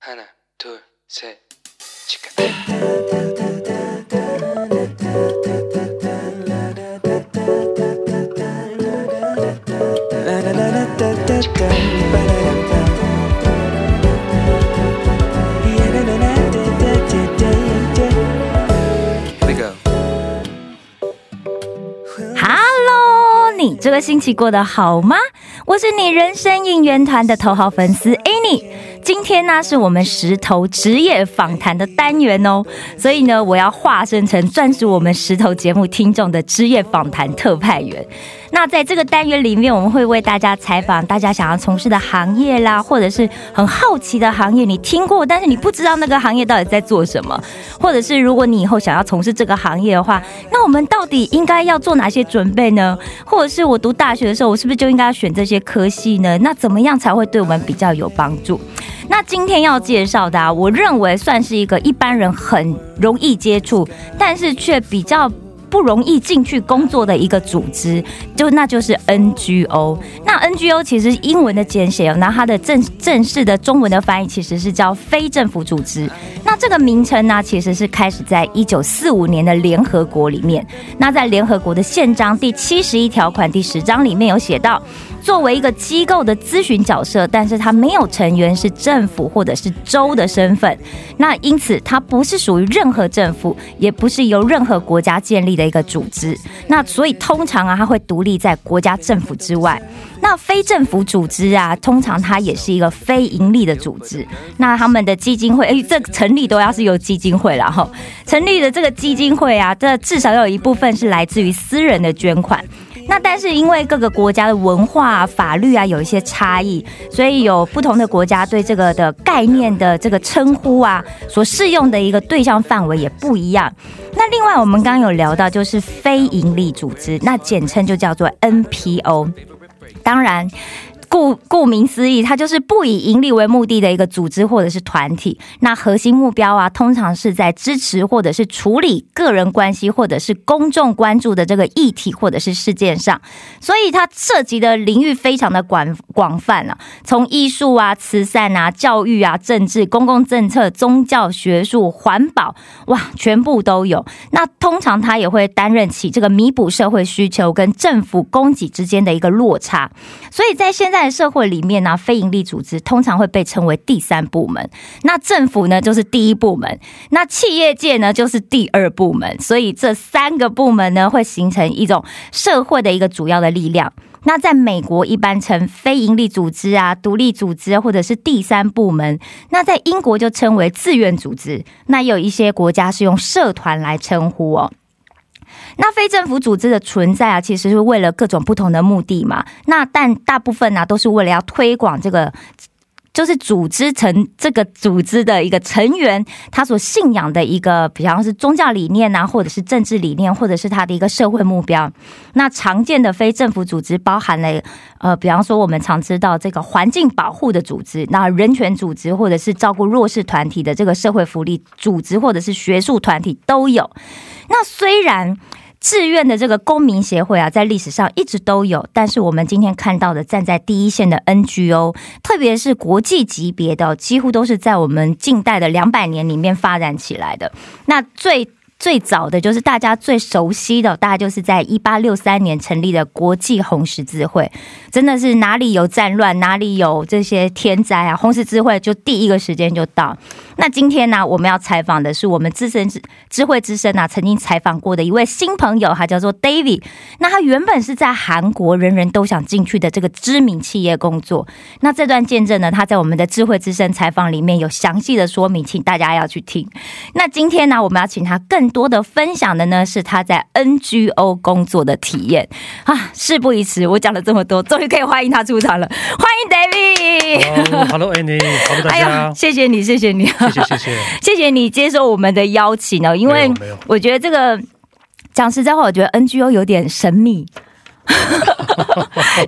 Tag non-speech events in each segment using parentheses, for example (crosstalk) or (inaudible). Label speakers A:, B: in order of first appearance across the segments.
A: 하나 둘셋 치카 Here we go.
B: Hello，你这个星期过得好吗？我是你人生应援团的头号粉丝 Annie。今天呢，是我们石头职业访谈的单元哦，所以呢，我要化身成专属我们石头节目听众的职业访谈特派员。那在这个单元里面，我们会为大家采访大家想要从事的行业啦，或者是很好奇的行业，你听过，但是你不知道那个行业到底在做什么，或者是如果你以后想要从事这个行业的话，那我们到底应该要做哪些准备呢？或者是我读大学的时候，我是不是就应该要选这些科系呢？那怎么样才会对我们比较有帮助？那今天要介绍的、啊，我认为算是一个一般人很容易接触，但是却比较。不容易进去工作的一个组织，就那就是 NGO。那 NGO 其实英文的简写哦，那它的正正式的中文的翻译其实是叫非政府组织。那这个名称呢，其实是开始在一九四五年的联合国里面。那在联合国的宪章第七十一条款第十章里面有写到。作为一个机构的咨询角色，但是它没有成员是政府或者是州的身份，那因此它不是属于任何政府，也不是由任何国家建立的一个组织。那所以通常啊，它会独立在国家政府之外。那非政府组织啊，通常它也是一个非盈利的组织。那他们的基金会，哎，这成立都要是由基金会了哈。成立的这个基金会啊，这至少有一部分是来自于私人的捐款。那但是因为各个国家的文化、啊、法律啊有一些差异，所以有不同的国家对这个的概念的这个称呼啊，所适用的一个对象范围也不一样。那另外我们刚刚有聊到，就是非营利组织，那简称就叫做 NPO。当然。顾顾名思义，它就是不以盈利为目的的一个组织或者是团体。那核心目标啊，通常是在支持或者是处理个人关系或者是公众关注的这个议题或者是事件上。所以它涉及的领域非常的广广泛啊，从艺术啊、慈善啊、教育啊、政治、公共政策、宗教、学术、环保，哇，全部都有。那通常它也会担任起这个弥补社会需求跟政府供给之间的一个落差。所以在现在。在社会里面呢、啊，非营利组织通常会被称为第三部门。那政府呢，就是第一部门；那企业界呢，就是第二部门。所以这三个部门呢，会形成一种社会的一个主要的力量。那在美国一般称非营利组织啊、独立组织或者是第三部门。那在英国就称为志愿组织。那有一些国家是用社团来称呼哦。那非政府组织的存在啊，其实是为了各种不同的目的嘛。那但大部分呢、啊，都是为了要推广这个，就是组织成这个组织的一个成员他所信仰的一个，比方是宗教理念啊，或者是政治理念，或者是他的一个社会目标。那常见的非政府组织包含了，呃，比方说我们常知道这个环境保护的组织，那人权组织，或者是照顾弱势团体的这个社会福利组织，或者是学术团体都有。那虽然。志愿的这个公民协会啊，在历史上一直都有，但是我们今天看到的站在第一线的 NGO，特别是国际级别的，几乎都是在我们近代的两百年里面发展起来的。那最最早的就是大家最熟悉的，大概就是在一八六三年成立的国际红十字会，真的是哪里有战乱，哪里有这些天灾啊，红十字会就第一个时间就到。那今天呢、啊，我们要采访的是我们资深智智慧之声啊，曾经采访过的一位新朋友，他叫做 David。那他原本是在韩国人人都想进去的这个知名企业工作。那这段见证呢，他在我们的智慧之声采访里面有详细的说明，请大家要去听。那今天呢、啊，我们要请他更多的分享的呢，是他在 NGO 工作的体验啊。事不宜迟，我讲了这么多，终于可以欢迎他出场了，欢迎 David。
C: Hello Andy，hello 哦大
B: 哎
C: 家
B: 呦，，谢谢你，谢谢你。
C: 谢谢谢谢。
B: 谢谢你接受我们的邀请哦， (laughs) 因为
C: 没有没有
B: 我觉得这个讲实在话，我觉得 NGO 有点神
C: (laughs)
B: 秘。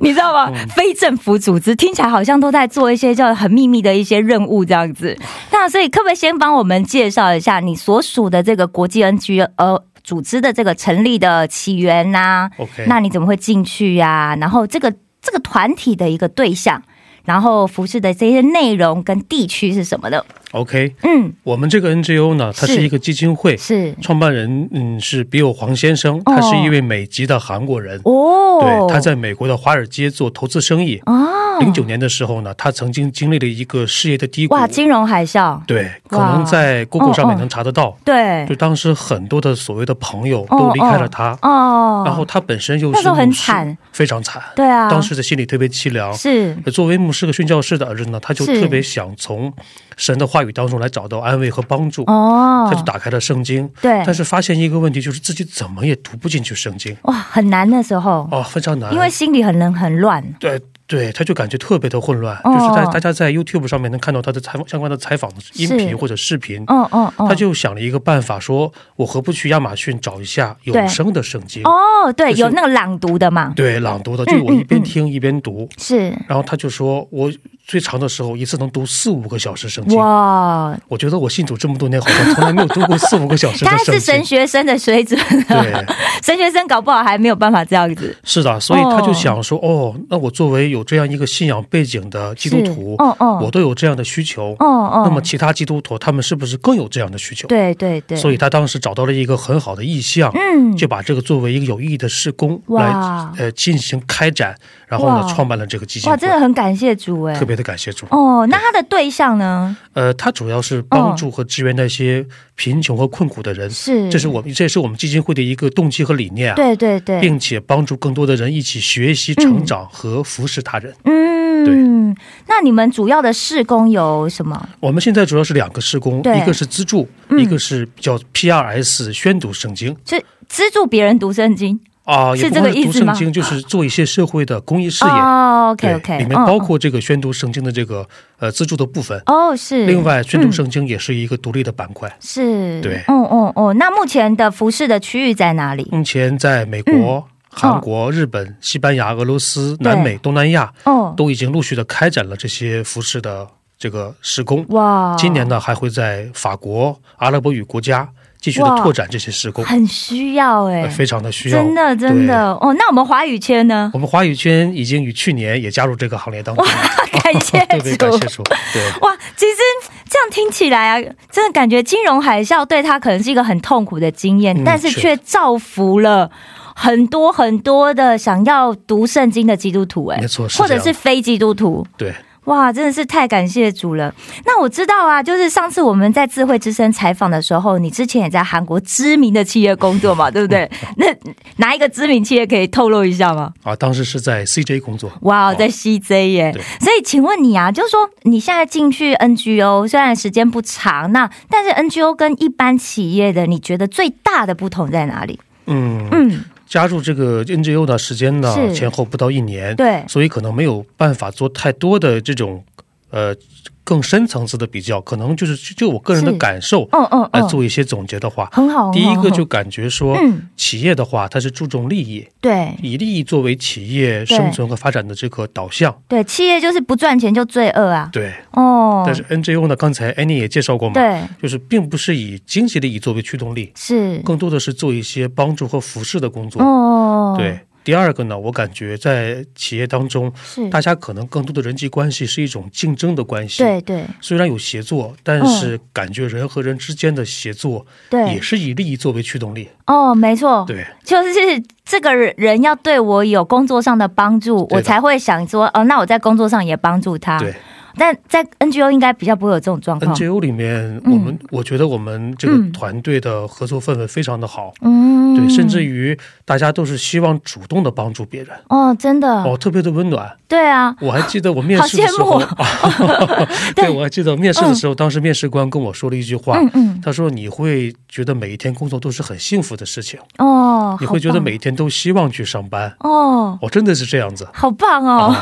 B: 你知道吗？
C: 嗯
B: 非政府组织听起来好像都在做一些叫很秘密的一些任务这样子。那所以，可不可以先帮我们介绍一下你所属的这个国际 NGO 呃组织的这个成立的起源啊呐、
C: OK，
B: 啊那你怎么会进去呀、然后这个这个团体的一个对象，然后服饰的这些内容跟地区是什么的。
C: OK，
B: 嗯，
C: 我们这个 NGO 呢，它
B: 是
C: 是一个基金会，
B: 是
C: 创办人嗯是比尔黄先生，他是一位美籍的韩国人，
B: 哦，
C: 对，他在美国的华尔街做投资生意。
B: 哦，
C: 零九年的时候呢，他曾经经历了一个事业的低谷，
B: 哇，金融海啸，
C: 对，可能在 Google 上面能查得到。
B: 哦对
C: 就，当时很多的所谓的朋友都离开了他，
B: 哦，
C: 然后他本身又是
B: 那时候很
C: 牧师
B: 惨，
C: 非常惨，
B: 对啊，
C: 当时的心里特别凄凉。
B: 是
C: 作为牧师和宣教士的儿子呢，他就是特别想从神的话语当中来找到安慰和帮助，
B: 哦，
C: 他就打开了圣经，
B: 对，
C: 但是发现一个问题，就是自己怎么也读不进去圣经，
B: 哇，很难的时候，
C: 哦，非常难，
B: 因为心里很冷很乱，
C: 对对，他就感觉特别的混乱，
B: 哦
C: 就是在大家在 YouTube 上面能看到他的采访相关的采访的音
B: 是
C: 频或者视频，
B: 嗯嗯嗯，
C: 他就想了一个办法，说我何不去亚马逊找一下
B: 对
C: 有声的圣经，
B: 哦，对，
C: 就是
B: 有那个朗读的嘛，
C: 对，朗读的，就是我一
B: 嗯嗯
C: 边听一边读，
B: 是
C: 然后他就说我最长的时候一次能读四五个小时圣经。
B: 哇，
C: 我觉得我信主这么多年，好像从来没有读过四五个小时的
B: (laughs) 他
C: 圣
B: 是
C: 经。
B: 神哦学生的水准， (laughs)
C: 对，
B: 神学生搞不好还没有办法这样子，
C: 是的，所以他就想说，哦，那我作为有这样一个信仰背景的基督徒，
B: 是哦哦
C: 我都有这样的需求，
B: 哦哦，
C: 那么其他基督徒他们是不是更有这样的需求？
B: 对对对，
C: 所
B: 以
C: 以他当时找到了一个很好的意向，
B: 嗯，
C: 就把这个作为一个有意义的事工来
B: 哇
C: 呃进行开展，然后呢
B: 哇
C: 创办了这个基金
B: 哇，
C: 会，
B: 真的很感谢主哎
C: 特，别的感谢主。
B: 哦，那他的对象呢
C: 呃，他主要是帮助和支援那些贫穷和困苦的人，
B: 哦是，
C: 这是我们这也是我们基金会的一个动机和理念啊。
B: 对对对，
C: 并且帮助更多的人一起学习、成长和服侍他人。
B: 嗯，那你们主要的事工有什么？
C: 我们现在主要是两个施工，
B: 对嗯
C: 一个是资助，一个是叫 PRS 宣读圣经
B: 是资助别人读圣经
C: 啊，
B: 是
C: 也不
B: 这个
C: 光是
B: 意
C: 读
B: 思
C: 圣
B: 吗啊
C: 经，就是做一些社会的公益事业。
B: 哦，OK
C: 对
B: OK，
C: 里面包括这个宣读圣经的这个呃资助的部分。
B: 哦是，
C: 另外，宣读圣经也是一个独立的板块。
B: 是，
C: 对嗯
B: 哦哦哦，那目前的服饰的区域在哪里？
C: 目前在美
B: 嗯
C: 国、
B: 哦
C: 韩国、日本、西班牙、俄罗斯、南美、东南亚
B: 哦，
C: 都已经陆续的开展了这些服饰的这个施工。
B: 哇，
C: 今年呢，还会在法国、阿拉伯语国家继续的拓展这些施工，
B: 很需要哎、
C: 呃非常的需要。
B: 真的真的哦。那我们华语圈呢
C: 对，？我们华语圈已经于去年也加入这个行列当中，
B: (laughs) 感
C: (laughs)
B: 谢
C: 特别感
B: 主
C: 谢。主。
B: (laughs)
C: 对，
B: 哇，其实这样听起来啊，真的感觉金融海啸对他可能是一个很痛苦的经验，
C: 嗯
B: 但是
C: 是
B: 却造福了很多很多的想要读圣经的基督徒、哎，
C: 没错是
B: 或者
C: 这样
B: 是非基督徒，
C: 对，
B: 哇，真的是太感谢主了。那我知道啊，就是上次我们在智慧之声采访的时候，你之前也在韩国知名的企业工作嘛，对不
C: (laughs)
B: 对？那哪一个知名企业可以透露一下吗？
C: 啊，当时是在 CJ 工作。
B: 哇，
C: 哦
B: 在 CJ 耶
C: 对！
B: 所以请问你啊，就是说你现在进去 NGO，虽然时间不长，那但是 NGO 跟一般企业的，你觉得最大的不同在哪里？
C: 嗯，
B: 嗯，
C: 加入这个 NGO 的时间呢
B: 是，
C: 前后不到一年，
B: 对
C: 所以可能没有办法做太多的这种呃更深层次的比较，可能就是就就我个人的
B: 是
C: 感受
B: 嗯嗯
C: 来
B: 嗯，
C: 呃做一些总结的话，
B: 很好。
C: 第一个
B: 哦很好
C: 就感觉说，
B: 嗯
C: 企业的话，它是注重利益，
B: 对
C: 以利益作为企业生存和发展的这个导向。
B: 对，企业就是不赚钱就罪恶啊。
C: 对，
B: 哦，
C: 但是 NGO 呢，刚才 Annie 也介绍过嘛，
B: 对
C: 就是并不是以经济利益作为驱动力，
B: 是
C: 更多的是做一些帮助和服侍的工作。
B: 哦，
C: 对，第二个呢，我感觉在企业当中，
B: 是
C: 大家可能更多的人际关系是一种竞争的关系。
B: 对对
C: 虽然有协作，但是感觉人和人之间的协作也
B: 对，
C: 是以利益作为驱动力。
B: 哦，没错，
C: 对，
B: 就是这个人要对我有工作上的帮助，
C: 对的
B: 我才会想说，哦，那我在工作上也帮助他。
C: 对。
B: 但在 NGO 应该比较不会有这种状况。
C: NGO 里面，
B: 嗯
C: 我们、我觉得我们这个团队的合作氛围非常的好，
B: 嗯
C: 对，甚至于大家都是希望主动的帮助别人，
B: 哦，真的，
C: 哦，特别的温暖。
B: 对啊，
C: 我还记得我面试的时候，
B: 好啊
C: (laughs) 对，我还记得面试的时候，当时面试官跟我说了一句话，
B: 嗯嗯，
C: 他说你会觉得每一天工作都是很幸福的事情，
B: 哦，
C: 你
B: 好
C: 会觉得
B: 棒
C: 每一天都希望去上班。
B: 哦，
C: 哦，真的是这样子。
B: 好棒哦，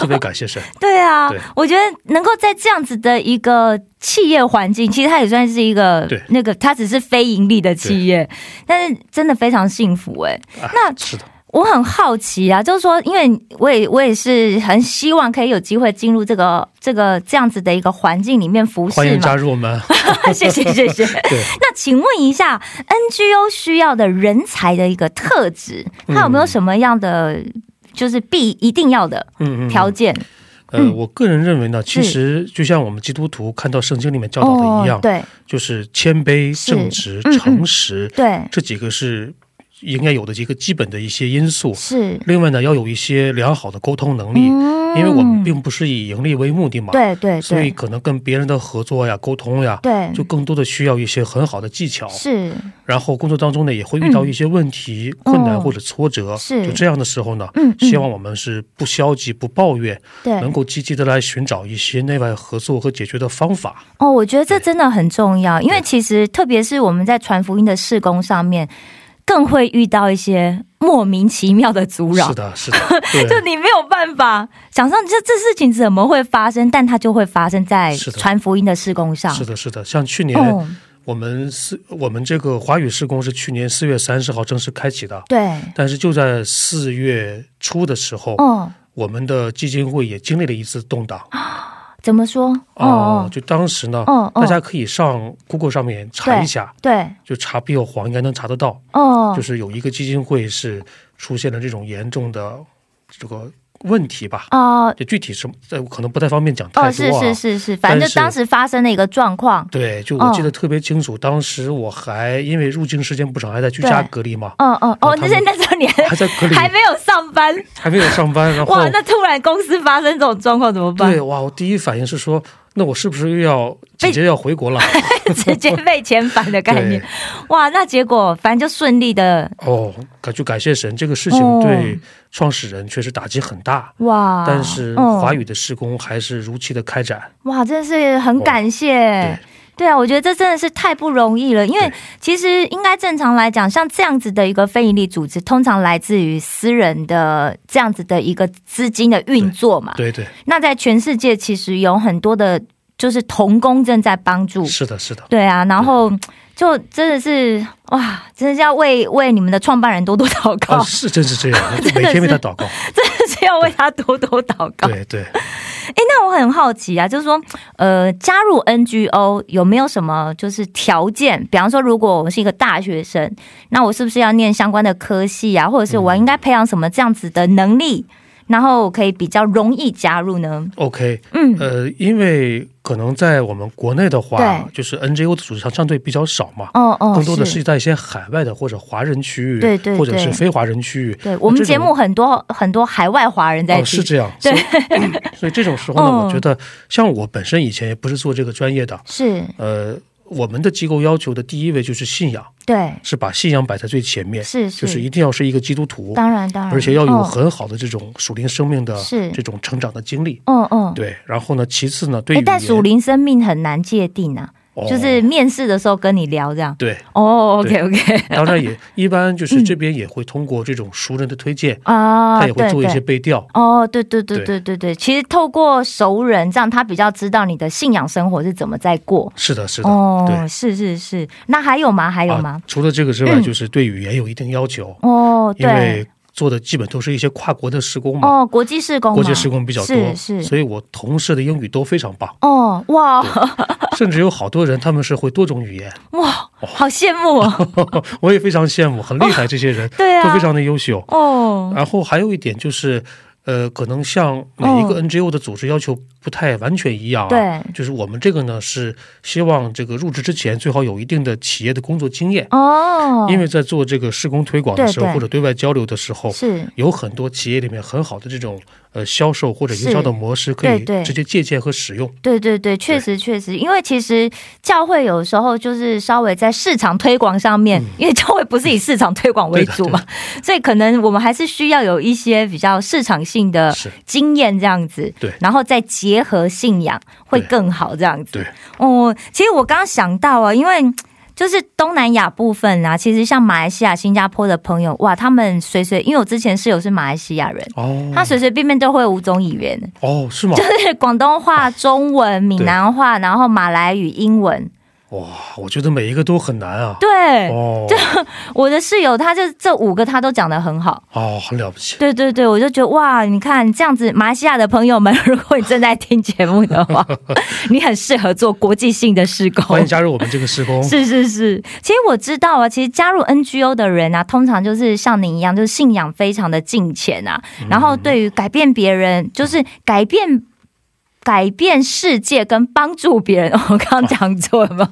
C: 特别感谢神，
B: 对啊
C: 对
B: 我觉得能够在这样子的一个企业环境，其实它也算是一个
C: 对
B: 那个，它只是非盈利的企业，但是真的非常幸福哎、
C: 啊
B: (laughs) 那
C: 是的，
B: 我很好奇啊，就是说，因为我也我也是很希望可以有机会进入这个这个这样子的一个环境里面服
C: 欢
B: 侍
C: 迎加
B: 嘛。
C: 入我们。
B: (laughs) 谢谢谢谢。
C: 对，
B: 那请问一下，NGO 需要的人才的一个特质，它有没有什么样的就是必一定要的
C: 嗯嗯嗯。
B: 条件？
C: 呃，
B: 嗯
C: 我个人认为呢，其
B: 是
C: 实就像我们基督徒嗯看到圣经里面教导的
B: 哦
C: 一样，，
B: 对
C: 就是谦卑、
B: 是
C: 正直、
B: 嗯嗯
C: 诚实，
B: 对
C: 这几个是应该有的一个基本的一些因素。
B: 是，
C: 另外呢，要有一些良好的沟通能力，
B: 嗯
C: 因为我们并不是以盈利为目的嘛，
B: 对对
C: 所
B: 对
C: 以可能跟别人的合作呀、沟通呀，
B: 对，
C: 就更多的需要一些很好的技巧。
B: 是
C: 然后工作当中呢，也会遇到一些问题、困难或者挫折，
B: 哦是
C: 就这样的时候呢，
B: 嗯嗯
C: 希望我们是不消极、不抱怨，
B: 对
C: 能够积极的来寻找一些内外合作和解决的方法。
B: 哦，我觉得这真的很重要，因为其实特别是我们在传福音的事工上面，更会遇到一些莫名其妙的阻扰
C: 是。
B: (laughs)
C: 的，是的，对。
B: 就你没有办法想象这这事情怎么会发生，但它就会发生在
C: 是的
B: 传福音的事工上。
C: 是的，是的，像去年、
B: 哦，
C: 我们四我们这个华语施工是去年四月三十号正式开启的，
B: 对，
C: 但是就在四月初的时候，
B: 哦，
C: 我们的基金会也经历了一次动荡啊、
B: 怎么说？哦，
C: 就当时呢，
B: 哦哦
C: 大家可以上 Google 上面查一下，
B: 对，
C: 就查必有黄应该能查得到，
B: 哦，
C: 就是有一个基金会是出现了这种严重的这个问题吧。
B: 哦，
C: 就具体什么，呃可能不太方便讲太多啊。
B: 哦，是是是是，反正
C: 但
B: 就是当时发生的一个状况。
C: 对，就我记得特别清楚，当时我还因为入境时间不长，还在居家
B: 对
C: 隔离嘛，
B: 哦哦哦，
C: 然
B: 那
C: 后他们
B: 是那时候你还
C: 还在隔离，
B: 还没有上班，
C: 还没有上班，然后
B: 哇，那突然公司发生这种状况怎么办
C: 对？哇，我第一反应是说，那我是不是又要紧接着要回国了？
B: (laughs) 直接被遣返的概念
C: 对。
B: 哇，那结果反正就顺利的
C: 哦，感就感谢神，这个事情
B: 哦
C: 对创始人确实打击很大。
B: 哇。
C: 但是
B: 嗯
C: 华语的施工还是如期的开展，
B: 哇，真是很感谢
C: 哦对。
B: 对啊，我觉得这真的是太不容易了，因为
C: 对
B: 其实应该正常来讲，像这样子的一个非营利组织，通常来自于私人的这样子的一个资金的运作嘛。
C: 对对，
B: 那在全世界其实有很多的，就是童工正在帮助。
C: 是的，是的，
B: 对啊，然后就真的是哇，真的是要为为你们的创办人多多祷告，
C: 啊，是真是这样，我
B: 哦真的
C: 每天
B: 是
C: 为他祷告，
B: (laughs) 真的是要为他多多祷告。
C: 对对，
B: 哎，那我很好奇啊，就是说，呃，加入 NGO 有没有什么就是条件？比方说，如果我是一个大学生，那我是不是要念相关的科系啊，或者是我应该培养什么这样子的能力，然后可以比较容易加入呢？
C: OK，
B: 嗯，
C: 呃，因为可能在我们国内的话，
B: 对
C: 就是 NGO 的组织上相对比较少嘛，
B: 哦哦，
C: 更多的是在一些海外的或者华人区域，
B: 对对
C: 或者
B: 对
C: 是非华人区域，
B: 对我们
C: 这种
B: 节目很多很多海外华人在
C: 哦，
B: 听，
C: 是这样，对，所以这种时候呢，
B: 嗯
C: 我觉得像我本身以前也不是做这个专业的，
B: 是
C: 呃，我们的机构要求的第一位就是信仰，
B: 对，
C: 是把信仰摆在最前面，
B: 是
C: 就是一定要是一个基督徒，
B: 当然当然，
C: 而且要有
B: 哦
C: 很好的这种属灵生命的
B: 是
C: 这种成长的经历。
B: 哦哦，
C: 对，然后呢，其次呢，对
B: 哎、
C: 于
B: 但属灵生命很难界定啊，
C: 哦
B: 就是面试的时候跟你聊这样。
C: 对，
B: 哦
C: 对
B: ，OK OK，
C: 当然也一般就是这边也会通过这种熟人的推荐，
B: 嗯啊，
C: 他也会做一些
B: 对对
C: 背调。
B: 哦，对对对
C: 对
B: 对对对，其实透过熟人，这样他比较知道你的信仰生活是怎么在过。
C: 是的，是的，
B: 哦，
C: 对
B: 是是是，那还有吗？还有
C: 啊
B: 吗？。
C: 除了这个之外，
B: 嗯
C: 就是对语言有一定要求，
B: 哦，
C: 因
B: 对
C: 为，做的基本都是一些跨国的施工嘛，
B: 哦，国际施工嘛，
C: 国际施工比较多，
B: 是是。，
C: 所以我同事的英语都非常棒
B: 哦，哇
C: 甚至有好多人他们是会多种语言， (laughs)
B: 哇，好羡慕哦！
C: 我也非常羡慕，很厉害，这些人、
B: 对啊
C: 都非常的优秀。
B: 哦，
C: 然后还有一点就是。呃，可能像每一
B: 哦
C: 个 NGO 的组织要求不太完全一样啊，
B: 对
C: 就是我们这个呢是希望这个入职之前最好有一定的企业的工作经验，
B: 哦，
C: 因为在做这个施工推广的
B: 对
C: 时候
B: 对
C: 或者对外交流的时候，
B: 是
C: 有很多企业里面很好的这种呃销售或者营销
B: 是
C: 的模式可以
B: 对对
C: 直接借鉴和使用。
B: 对对对，确实确实，因为其实教会有时候就是稍微在市场推广上面，
C: 嗯
B: 因为教会不是以市场推
C: (laughs)
B: 广为主嘛， (laughs) 所以可能我们还是需要有一些比较市场性的
C: 是
B: 经验这样子，
C: 对
B: 然后再结合信仰会
C: 对
B: 更好这样子。
C: 对，
B: 哦，其实我刚刚想到啊，因为。就是东南亚部分啊，其实像马来西亚、新加坡的朋友，哇，他们随随，因为我之前室友是马来西亚人，
C: 哦
B: 他随随便便都会五种语言，
C: 哦，是吗？
B: 就是广东话、中文、闽南话，然后马来语、英文。
C: 哇，我觉得每一个都很难啊。
B: 对，
C: 哦，
B: 我的室友他这这五个他都讲得很好。
C: 哦，很了不起。
B: 对对对，我就觉得哇，你看这样子，马来西亚的朋友们，如果你正在听节目的话，你很适合做国际性的施工
C: 欢。迎加入我们这个施工。
B: 是是是，其实我知道啊，其实加入 NGO 的人啊，通常就是像您一
C: 嗯
B: 样，就是信仰非常的敬虔啊，然后对于改变别人，就是改变改变世界跟帮助别人。 (laughs) 我刚刚讲错了吗？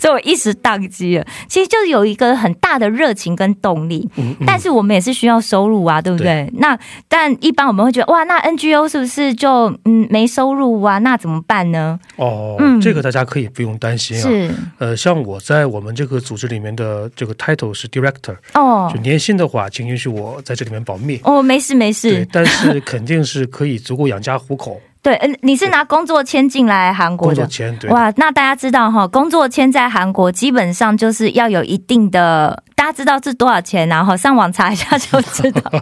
B: 所以我一时宕机了。其实就是有一个很大的热情跟动力，
C: 嗯嗯
B: 但是我们也是需要收入啊，对不对？那但一般我们会觉得，哇，那 NGO 是不是就嗯没收入啊？那怎么办呢？
C: 哦，
B: 嗯
C: 这个大家可以不用担心啊。
B: 是
C: 呃，像我在我们这个组织里面的这个 title 是 director，
B: 哦
C: 就年薪的话，请允许我在这里面保密。
B: 哦，没事没
C: 对
B: 事，，
C: 但是肯定是可以足够养家糊
B: (laughs)
C: 口，
B: 对，嗯，你是拿工作签进来韩国
C: 工作
B: 的。
C: 钱对的。
B: 哇，那大家知道哈，工作签在韩国基本上就是要有一定的，大家知道是多少钱、然后上网查一下就知
C: (laughs)
B: 道。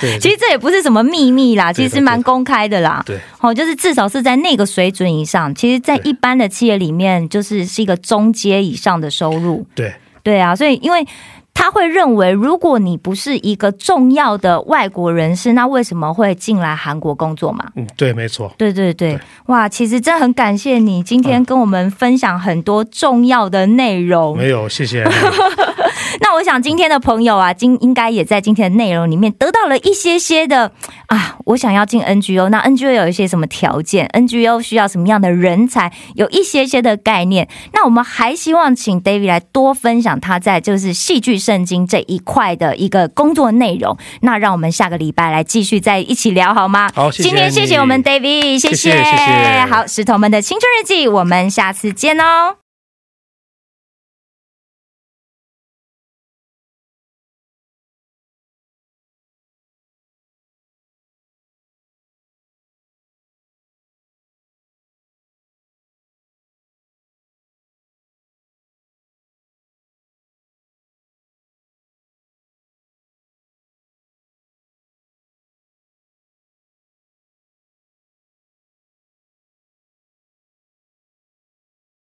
C: 对，
B: 其实这也不是什么秘密啦，
C: 对
B: 其
C: 的
B: 实蛮公开的啦。
C: 对，
B: 哦，就是至少是在那个水准以上。其实，在
C: 对
B: 一般的企业里面，就是是一个中阶以上的收入。
C: 对，
B: 对啊，所以因为他会认为，如果你不是一个重要的外国人士，那为什么会进来韩国工作嘛？
C: 嗯，对，没错。
B: 对对对，
C: 对
B: 哇，其实真的很感谢你今天跟我们分享很多重要的内容。
C: 没有，谢谢。
B: (laughs) 那我想今天的朋友啊，今应该也在今天的内容里面得到了一些些的啊，我想要进 NGO，那 NGO 有一些什么条件？NGO 需要什么样的人才？有一些些的概念。那我们还希望请 David 来多分享他在就是戏剧圣经这一块的一个工作内容。那让我们下个礼拜来继续再一起聊好吗？
C: 好谢谢
B: 今天谢谢
C: 你
B: 我们 David，谢
C: 谢谢谢谢
B: 好，石头们的青春日记，我们下次见哦。